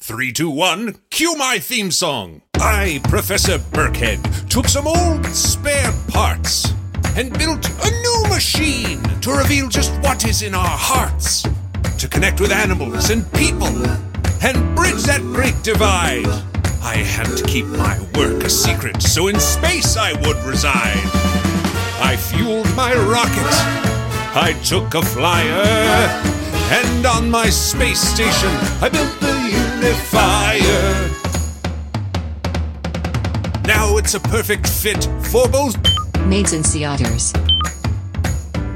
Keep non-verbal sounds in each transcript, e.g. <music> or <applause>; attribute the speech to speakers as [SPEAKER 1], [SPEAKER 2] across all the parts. [SPEAKER 1] Three, two, one, cue my theme song. I, Professor Burkhead, took some old spare parts and built a new machine to reveal just what is in our hearts, to connect with animals and people, and bridge that great divide. I had to keep my work a secret, so in space I would reside. I fueled my rocket, I took a flyer. And on my space station, I built the unifier. Now it's a perfect fit for both.
[SPEAKER 2] Maids and sea otters.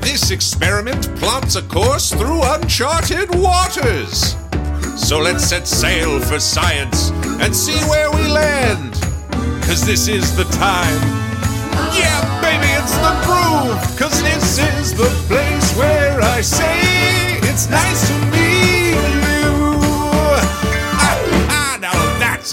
[SPEAKER 1] This experiment plots a course through uncharted waters. So let's set sail for science and see where we land. Cause this is the time. Yeah, baby, it's the groove. Cause this is the place where I say it's nice to meet you. Ah, ah, now that's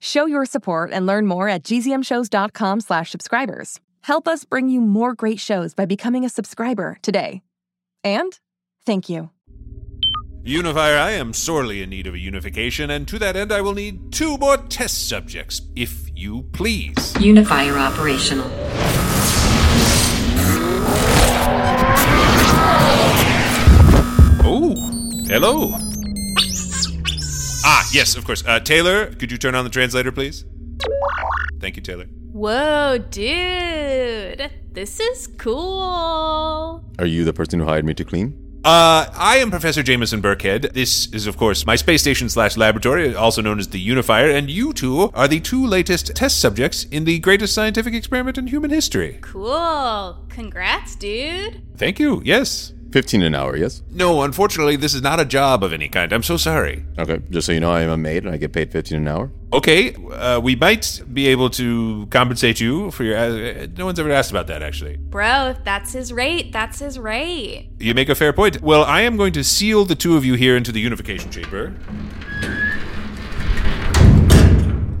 [SPEAKER 3] Show your support and learn more at gzmshows.com slash subscribers. Help us bring you more great shows by becoming a subscriber today. And thank you.
[SPEAKER 1] Unifier, I am sorely in need of a unification, and to that end, I will need two more test subjects, if you please.
[SPEAKER 2] Unifier operational.
[SPEAKER 1] Oh, hello. Ah, yes, of course. Uh, Taylor, could you turn on the translator, please? Thank you, Taylor.
[SPEAKER 4] Whoa, dude. This is cool.
[SPEAKER 5] Are you the person who hired me to clean?
[SPEAKER 1] Uh, I am Professor Jameson Burkhead. This is, of course, my space station slash laboratory, also known as the Unifier, and you two are the two latest test subjects in the greatest scientific experiment in human history.
[SPEAKER 4] Cool. Congrats, dude.
[SPEAKER 1] Thank you, yes.
[SPEAKER 5] 15 an hour, yes?
[SPEAKER 1] No, unfortunately, this is not a job of any kind. I'm so sorry.
[SPEAKER 5] Okay, just so you know, I am a maid and I get paid 15 an hour.
[SPEAKER 1] Okay, uh, we might be able to compensate you for your. Uh, no one's ever asked about that, actually.
[SPEAKER 4] Bro, that's his rate. That's his rate.
[SPEAKER 1] You make a fair point. Well, I am going to seal the two of you here into the unification chamber.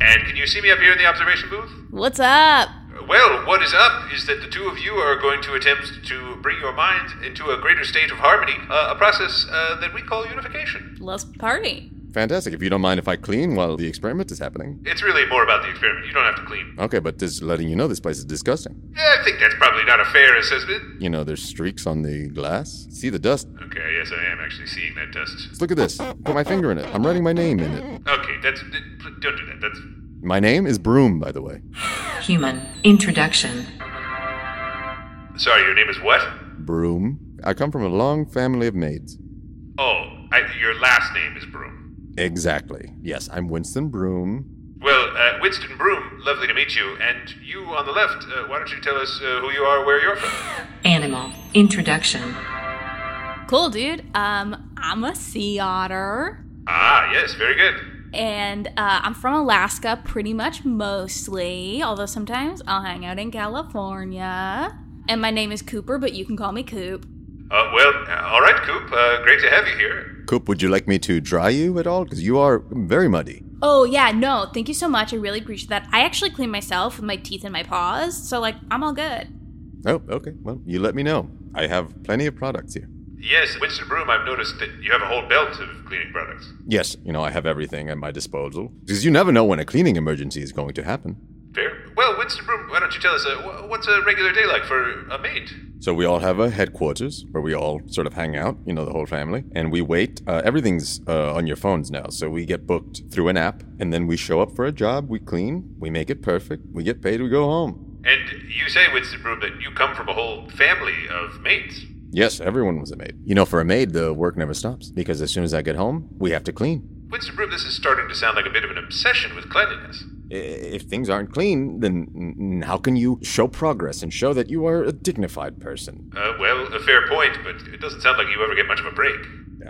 [SPEAKER 1] And can you see me up here in the observation booth?
[SPEAKER 4] What's up?
[SPEAKER 1] Well, what is up is that the two of you are going to attempt to bring your minds into a greater state of harmony, uh, a process uh, that we call unification.
[SPEAKER 4] Let's party.
[SPEAKER 5] Fantastic. If you don't mind if I clean while the experiment is happening.
[SPEAKER 1] It's really more about the experiment. You don't have to clean.
[SPEAKER 5] Okay, but just letting you know this place is disgusting.
[SPEAKER 1] I think that's probably not a fair assessment.
[SPEAKER 5] You know, there's streaks on the glass. See the dust?
[SPEAKER 1] Okay, yes, I am actually seeing that dust.
[SPEAKER 5] Just look at this. Put my finger in it. I'm writing my name in it.
[SPEAKER 1] Okay, that's. Don't do that. That's.
[SPEAKER 5] My name is Broom, by the way.
[SPEAKER 2] Human. Introduction.
[SPEAKER 1] Sorry, your name is what?
[SPEAKER 5] Broom. I come from a long family of maids.
[SPEAKER 1] Oh, I, your last name is Broom.
[SPEAKER 5] Exactly. Yes, I'm Winston Broom.
[SPEAKER 1] Well, uh, Winston Broom, lovely to meet you. And you on the left, uh, why don't you tell us uh, who you are, where you're from?
[SPEAKER 2] Animal. Introduction.
[SPEAKER 4] Cool, dude. Um, I'm a sea otter.
[SPEAKER 1] Ah, yes, very good.
[SPEAKER 4] And uh, I'm from Alaska pretty much mostly, although sometimes I'll hang out in California. And my name is Cooper, but you can call me Coop.
[SPEAKER 1] Uh, well, uh, all right, Coop. Uh, great to have you here.
[SPEAKER 5] Coop, would you like me to dry you at all? Because you are very muddy.
[SPEAKER 4] Oh, yeah, no, thank you so much. I really appreciate that. I actually clean myself with my teeth and my paws, so, like, I'm all good.
[SPEAKER 5] Oh, okay. Well, you let me know. I have plenty of products here.
[SPEAKER 1] Yes, Winston Broom, I've noticed that you have a whole belt of cleaning products.
[SPEAKER 5] Yes, you know, I have everything at my disposal. Because you never know when a cleaning emergency is going to happen.
[SPEAKER 1] Fair. Well, Winston Broom, why don't you tell us uh, wh- what's a regular day like for a maid?
[SPEAKER 5] So we all have a headquarters where we all sort of hang out, you know, the whole family, and we wait. Uh, everything's uh, on your phones now, so we get booked through an app, and then we show up for a job, we clean, we make it perfect, we get paid, we go home.
[SPEAKER 1] And you say, Winston Broom, that you come from a whole family of maids.
[SPEAKER 5] Yes, everyone was a maid. You know, for a maid, the work never stops because as soon as I get home, we have to clean.
[SPEAKER 1] Winston Broom, this is starting to sound like a bit of an obsession with cleanliness.
[SPEAKER 5] I- If things aren't clean, then n- n- how can you show progress and show that you are a dignified person?
[SPEAKER 1] Uh, well, a fair point, but it doesn't sound like you ever get much of a break.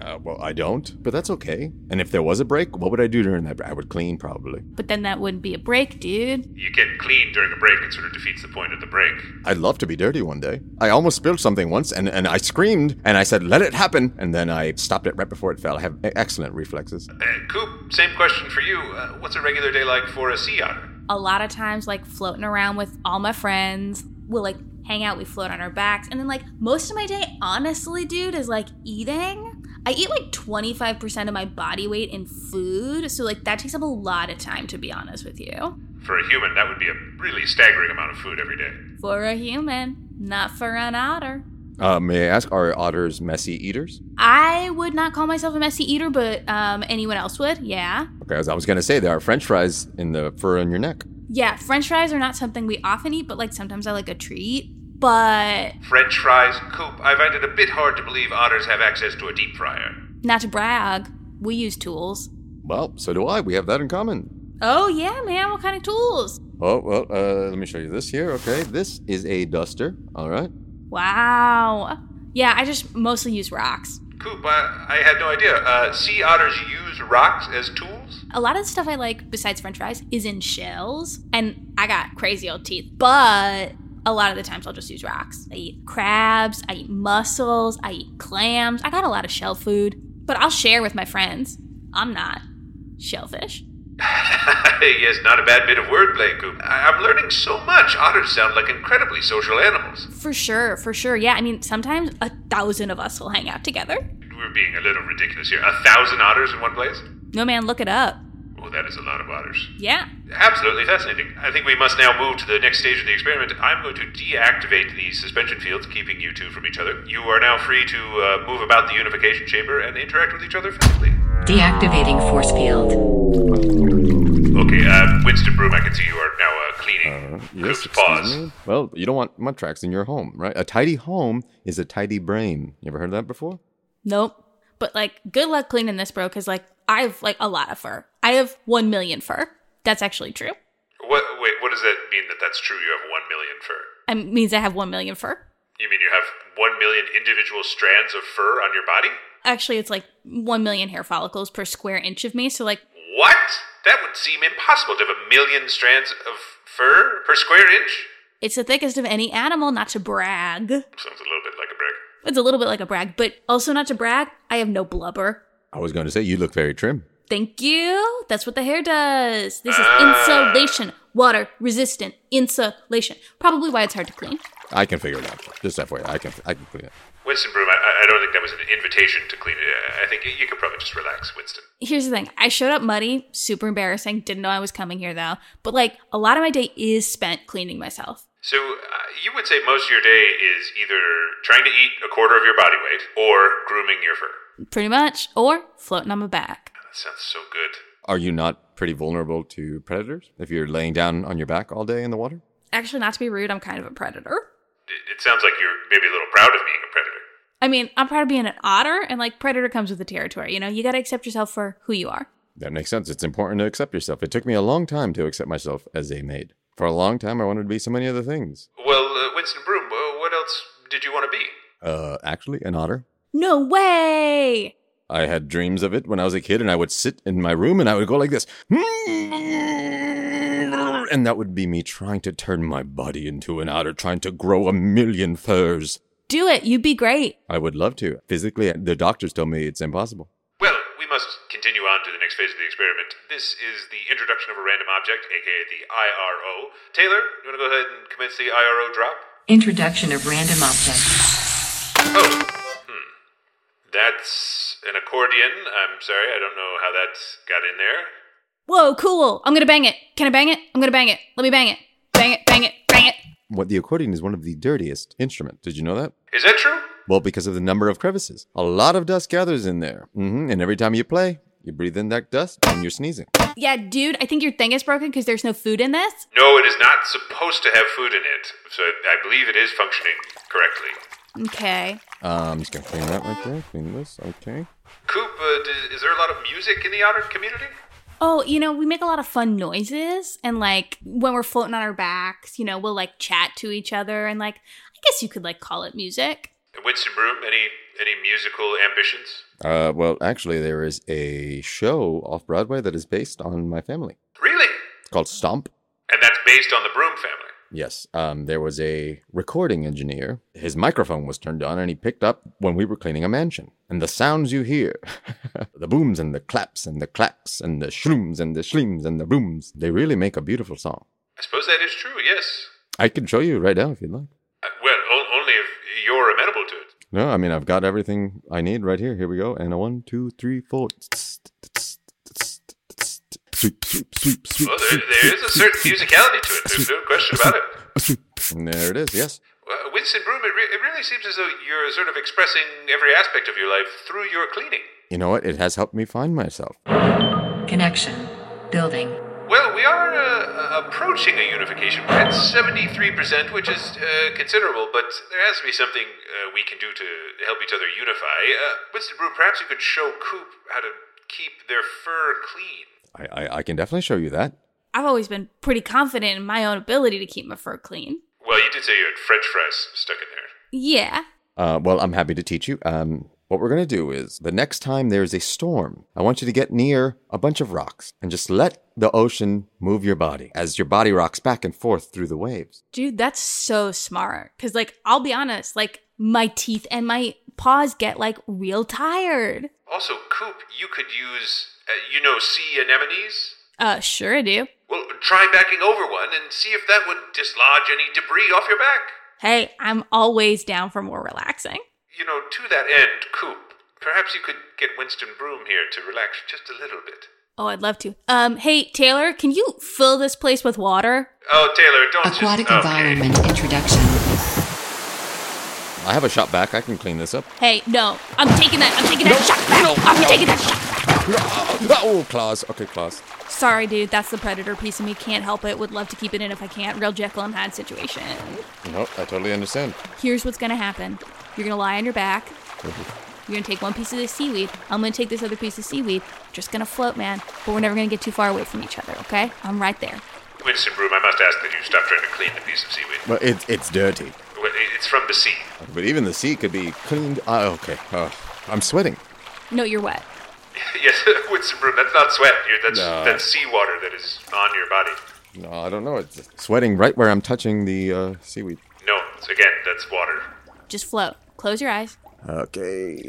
[SPEAKER 5] Uh, well, I don't, but that's okay. And if there was a break, what would I do during that break? I would clean, probably.
[SPEAKER 4] But then that wouldn't be a break, dude.
[SPEAKER 1] You get clean during a break, it sort of defeats the point of the break.
[SPEAKER 5] I'd love to be dirty one day. I almost spilled something once, and, and I screamed, and I said, let it happen, and then I stopped it right before it fell. I have e- excellent reflexes.
[SPEAKER 1] Uh, Coop, same question for you. Uh, what's a regular day like for a sea otter?
[SPEAKER 4] A lot of times, like floating around with all my friends, we'll like hang out, we float on our backs. And then, like, most of my day, honestly, dude, is like eating. I eat like 25% of my body weight in food. So, like, that takes up a lot of time, to be honest with you.
[SPEAKER 1] For a human, that would be a really staggering amount of food every day.
[SPEAKER 4] For a human, not for an otter.
[SPEAKER 5] Uh, may I ask, are otters messy eaters?
[SPEAKER 4] I would not call myself a messy eater, but um, anyone else would, yeah.
[SPEAKER 5] Okay, as I was gonna say, there are french fries in the fur on your neck.
[SPEAKER 4] Yeah, french fries are not something we often eat, but like sometimes I like a treat. But
[SPEAKER 1] French fries, Coop, I find it a bit hard to believe otters have access to a deep fryer.
[SPEAKER 4] not to brag, we use tools.
[SPEAKER 5] Well, so do I. We have that in common.
[SPEAKER 4] Oh, yeah, man, what kind of tools?
[SPEAKER 5] Oh, well, uh, let me show you this here. Okay, this is a duster. All right.
[SPEAKER 4] Wow. Yeah, I just mostly use rocks.
[SPEAKER 1] Coop, I, I had no idea. Uh, sea otters use rocks as tools? <laughs>
[SPEAKER 4] A lot of the stuff I like besides french fries is in shells, and I got crazy old teeth, but a lot of the times I'll just use rocks. I eat crabs, I eat mussels, I eat clams. I got a lot of shell food, but I'll share with my friends. I'm not shellfish.
[SPEAKER 1] yes, not a bad bit of wordplay, Coop. I, I'm learning so much. Otters sound like incredibly social animals.
[SPEAKER 4] For sure, for sure. Yeah, I mean, sometimes a thousand of us will hang out together.
[SPEAKER 1] We're being a little ridiculous here. A thousand otters in one place?
[SPEAKER 4] No man, look it up.
[SPEAKER 1] Oh, that is a lot of otters.
[SPEAKER 4] Yeah.
[SPEAKER 1] Absolutely fascinating. I think we must now move to the next stage of the experiment. I'm going to deactivate the suspension fields, keeping you two from each other. You are now free to uh, move about the unification chamber and interact with each other physically.
[SPEAKER 2] Deactivating force field.
[SPEAKER 1] Okay, uh, Winston Broom, I can see you are now uh, cleaning. Coop's
[SPEAKER 5] excuse
[SPEAKER 1] paws.
[SPEAKER 5] me. Well, you don't want mud tracks in your home, right? A tidy home is a tidy brain. You ever heard that before?
[SPEAKER 4] Nope. But like, good luck cleaning this, bro, because like, I have like a lot of fur. I have 1 million fur. That's actually true.
[SPEAKER 1] What? Wait, what does that mean? That that's true? You have one million fur.
[SPEAKER 4] It means I have 1 million fur.
[SPEAKER 1] You mean you have one million individual strands of fur on your body?
[SPEAKER 4] Actually, it's like 1 million hair follicles per square inch of me. So, like,
[SPEAKER 1] What? That would seem impossible to have a million strands of fur per square inch.
[SPEAKER 4] it's the thickest of any animal, not to brag.
[SPEAKER 1] Sounds a little bit like a brag.
[SPEAKER 4] It's a little bit like a brag, but also not to brag, I have no blubber.
[SPEAKER 5] I was going to say you look very trim.
[SPEAKER 4] Thank you. That's what the hair does. This is insulation, water resistant insulation. Probably why it's hard to clean.
[SPEAKER 5] I can figure it out. Just halfway, I can I can clean it.
[SPEAKER 1] Winston Broom, I- I, I don't think that was an invitation to clean it. I I think you, you could probably just relax, Winston.
[SPEAKER 4] Here's the thing I showed up muddy, super embarrassing. Didn't know I was coming here though. But like a lot of my day is spent cleaning myself.
[SPEAKER 1] So uh, you would say most of your day is either trying to eat a quarter of your body weight or grooming your fur.
[SPEAKER 4] Pretty much, or floating on my back.
[SPEAKER 1] That sounds so good.
[SPEAKER 5] Are you not pretty vulnerable to predators if you're laying down on your back all day in the water?
[SPEAKER 4] Actually, not to be rude, I'm kind of a predator.
[SPEAKER 1] It, it sounds like you're maybe a little proud of being a predator.
[SPEAKER 4] I mean, I'm proud of being an otter, and like predator comes with the territory, you know? You gotta accept yourself for who you are.
[SPEAKER 5] That makes sense. It's important to accept yourself. It took me a long time to accept myself as a maid. For a long time, I wanted to be so many other things.
[SPEAKER 1] Well, uh, Winston Broom, uh, what else did you want to be?
[SPEAKER 5] Uh, actually, an otter.
[SPEAKER 4] No way!
[SPEAKER 5] I had dreams of it when I was a kid, and I would sit in my room and I would go like this. And that would be me trying to turn my body into an otter, trying to grow a million furs.
[SPEAKER 4] Do it, you'd be great.
[SPEAKER 5] I would love to. Physically, the doctors tell me it's impossible.
[SPEAKER 1] Well, we must continue on to the next phase of the experiment. This is the introduction of a random object, aka the IRO. Taylor, you want to go ahead and commence the IRO drop?
[SPEAKER 2] Introduction of random object.
[SPEAKER 1] Oh, hmm. That's an accordion. I'm sorry, I don't know how that got in there.
[SPEAKER 4] Whoa, cool. I'm gonna bang it. Can I bang it? I'm gonna bang it. Let me bang it. Bang it, bang it, bang it.
[SPEAKER 5] What the accordion is one of the dirtiest instruments. Did you know that?
[SPEAKER 1] Is that true?
[SPEAKER 5] Well, because of the number of crevices. A lot of dust gathers in there. hmm And every time you play, you breathe in that dust and you're sneezing.
[SPEAKER 4] Yeah, dude, I think your thing is broken because there's no food in this.
[SPEAKER 1] No, it is not supposed to have food in it, so I, I believe it is functioning correctly.
[SPEAKER 4] Okay.
[SPEAKER 5] Uh, I'm just gonna clean that right there. Clean this. Okay.
[SPEAKER 1] Coop, uh, d- is there a lot of music in the otter community?
[SPEAKER 4] Oh, you know, we make a lot of fun noises and like when we're floating on our backs, you know, we'll like chat to each other and like I guess you could like call it music.
[SPEAKER 6] And Winston Broom, any any musical ambitions?
[SPEAKER 5] Uh, well, actually, there is a show off Broadway that is based on my family.
[SPEAKER 6] Really?
[SPEAKER 5] It's called Stomp.
[SPEAKER 6] And that's based on the Broom family.
[SPEAKER 5] Yes. Um, there was a recording engineer. His microphone was turned on and he picked up when we were cleaning a mansion. And the sounds you hear the booms and the claps and the clacks and the shrooms and the shleems and the booms they really make a beautiful song.
[SPEAKER 6] I suppose that is true. Yes.
[SPEAKER 5] I can show you right now if you'd like.
[SPEAKER 6] Uh, well, o- only if you're amenable to it.
[SPEAKER 5] No, I mean, I've got everything I need right here. Here we go. And a one, two, three, four. Sweep, sweep, sweep, sweep.
[SPEAKER 6] Well, there, there is a certain musicality to it. There's no question about it.
[SPEAKER 5] And there it is, yes.
[SPEAKER 6] Uh, Winston Broom, it, re- it really seems as though you're sort of expressing every aspect of your life through your cleaning.
[SPEAKER 5] You know what? It has helped me find myself.
[SPEAKER 2] Connection. Building.
[SPEAKER 6] Well, we are uh, approaching a unification. We're at 73%, which is uh, considerable, but there has to be something uh, we can do to help each other unify. Uh, Winston Broom, perhaps you could show Coop how to keep their fur clean.
[SPEAKER 5] I, I, I can definitely show you that.
[SPEAKER 4] I've always been pretty confident in my own ability to keep my fur clean.
[SPEAKER 6] Well, you did say you had French fries stuck in there.
[SPEAKER 4] Yeah.
[SPEAKER 5] Uh, well, I'm happy to teach you. Um, what we're going to do is the next time there is a storm, I want you to get near a bunch of rocks and just let the ocean move your body as your body rocks back and forth through the waves.
[SPEAKER 4] Dude, that's so smart. Cause like I'll be honest, like my teeth and my paws get like real tired.
[SPEAKER 6] Also, Coop, you could use, uh, you know, sea anemones?
[SPEAKER 4] Uh sure I do.
[SPEAKER 6] Well, try backing over one and see if that would dislodge any debris off your back.
[SPEAKER 4] Hey, I'm always down for more relaxing.
[SPEAKER 6] You know, to that end, Coop, perhaps you could get Winston Broom here to relax just a little bit.
[SPEAKER 4] Oh, I'd love to. Um, hey Taylor, can you fill this place with water?
[SPEAKER 6] Oh, Taylor, don't
[SPEAKER 2] Aquatic
[SPEAKER 6] just. okay.
[SPEAKER 2] environment introduction.
[SPEAKER 5] I have a shot back. I can clean this up. <laughs>
[SPEAKER 4] Hey, no. I'm taking that I'm taking that shot back. I'm taking that shot back.
[SPEAKER 5] Oh, claws. Okay, claws.
[SPEAKER 4] Sorry, dude, that's the predator piece of me. Can't help it. Would love to keep it in if I can't. Real Jekyll and Hyde situation.
[SPEAKER 5] No, I totally understand.
[SPEAKER 4] Here's what's gonna happen. You're gonna lie on your back. You're gonna take one piece of this seaweed. I'm gonna take this other piece of seaweed. Just gonna float, man. But we're never gonna get too far away from each other, okay? I'm right there.
[SPEAKER 6] Winston Broom, I must ask that you stop trying to clean the piece of seaweed.
[SPEAKER 5] Well, it, it's dirty.
[SPEAKER 6] Well, it- It's from the sea. <laughs>
[SPEAKER 5] But even the sea could be cleaned. Uh, okay. Uh, I'm sweating.
[SPEAKER 4] No, you're wet.
[SPEAKER 6] yes, <laughs> Winston Broom, that's not sweat. You're, that's,
[SPEAKER 5] No.
[SPEAKER 6] that's seawater that is on your body.
[SPEAKER 5] No, I don't know. It's sweating right where I'm touching the uh, seaweed.
[SPEAKER 6] No, so again, that's water.
[SPEAKER 4] Just float. Close your eyes.
[SPEAKER 5] Okay.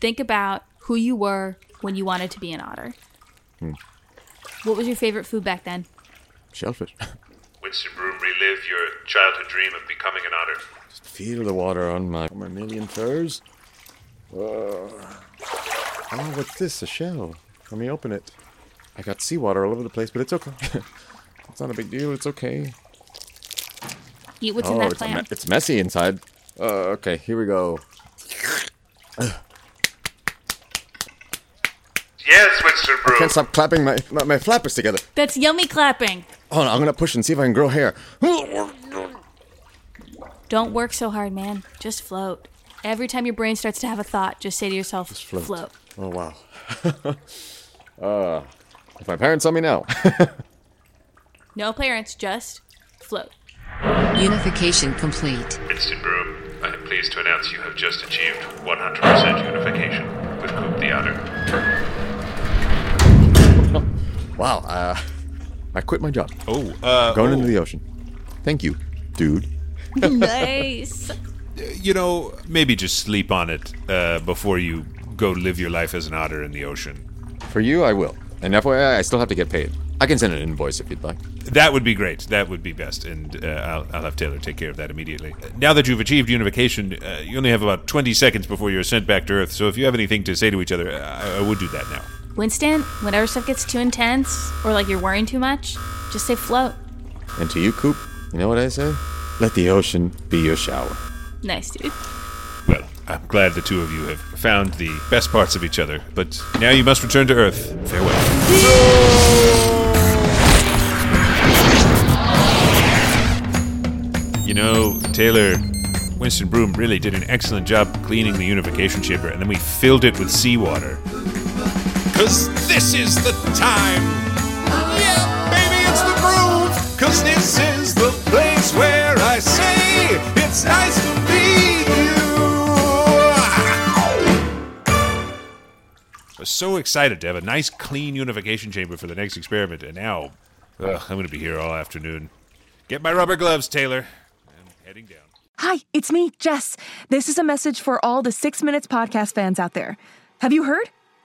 [SPEAKER 4] Think about who you were when you wanted to be an otter.
[SPEAKER 5] Hmm.
[SPEAKER 4] What was your favorite food back then?
[SPEAKER 5] Shellfish. <laughs>
[SPEAKER 6] Winston Broom, relive your childhood dream of becoming an otter.
[SPEAKER 5] Just feel the water on my vermilion furs. Uh, oh, what's this? A shell. Let me open it. I got seawater all over the place, but it's okay. <laughs> it's not a big deal. It's okay.
[SPEAKER 4] Eat what's in
[SPEAKER 5] Oh,
[SPEAKER 4] that
[SPEAKER 5] it's, a me-
[SPEAKER 4] plant.
[SPEAKER 5] it's messy inside. Uh, okay, here we go.
[SPEAKER 6] Yes, Winston Broom.
[SPEAKER 5] Can't stop clapping my, my, my flappers together.
[SPEAKER 4] That's yummy clapping.
[SPEAKER 5] Hold on, I'm gonna push and see if I can grow hair. <laughs>
[SPEAKER 4] Don't work so hard, man. Just float. Every time your brain starts to have a thought, just say to yourself,
[SPEAKER 5] float.
[SPEAKER 4] float.
[SPEAKER 5] Oh wow. <laughs> uh, if my parents saw me now, <laughs>
[SPEAKER 4] No parents, just
[SPEAKER 5] <laughs>
[SPEAKER 4] float.
[SPEAKER 2] Unification complete.
[SPEAKER 6] Winston Broom, I am pleased to announce you have just achieved 100% unification with Coop the Otter.
[SPEAKER 5] wow. Uh, I quit my job.
[SPEAKER 1] Oh, uh,
[SPEAKER 5] Going into the ocean. Thank you, dude.
[SPEAKER 4] nice.
[SPEAKER 1] you know, maybe just sleep on it uh, before you go live your life as an otter in the ocean.
[SPEAKER 5] For you, I will. And FYI, I still have to get paid. I can send an invoice if you'd like.
[SPEAKER 1] That would be great. That would be best, and uh, I'll, I'll have Taylor take care of that immediately. Uh, Now that you've achieved unification, uh, you only have about 20 seconds before you're sent back to Earth, so if you have anything to say to each other, uh, I, I would do that now.
[SPEAKER 4] Winston, whenever stuff gets too intense or like you're worrying too much, just say float.
[SPEAKER 5] And to you, Coop, you know what I say? Let the ocean be your shower.
[SPEAKER 4] Nice, dude.
[SPEAKER 1] Well, I'm glad the two of you have found the best parts of each other, but now you must return to Earth. Farewell. You know, Taylor, Winston Broom really did an excellent job cleaning the unification chamber, and then we filled it with seawater. Cause this is the time. Yeah, baby, it's the groove. Cause this is the place where I say it's nice to be you. was so excited to have a nice, clean unification chamber for the next experiment, and now, ugh, I'm going to be here all afternoon. Get my rubber gloves, Taylor. I'm heading down.
[SPEAKER 3] Hi, it's me, Jess. This is a message for all the Six Minutes podcast fans out there. Have you heard?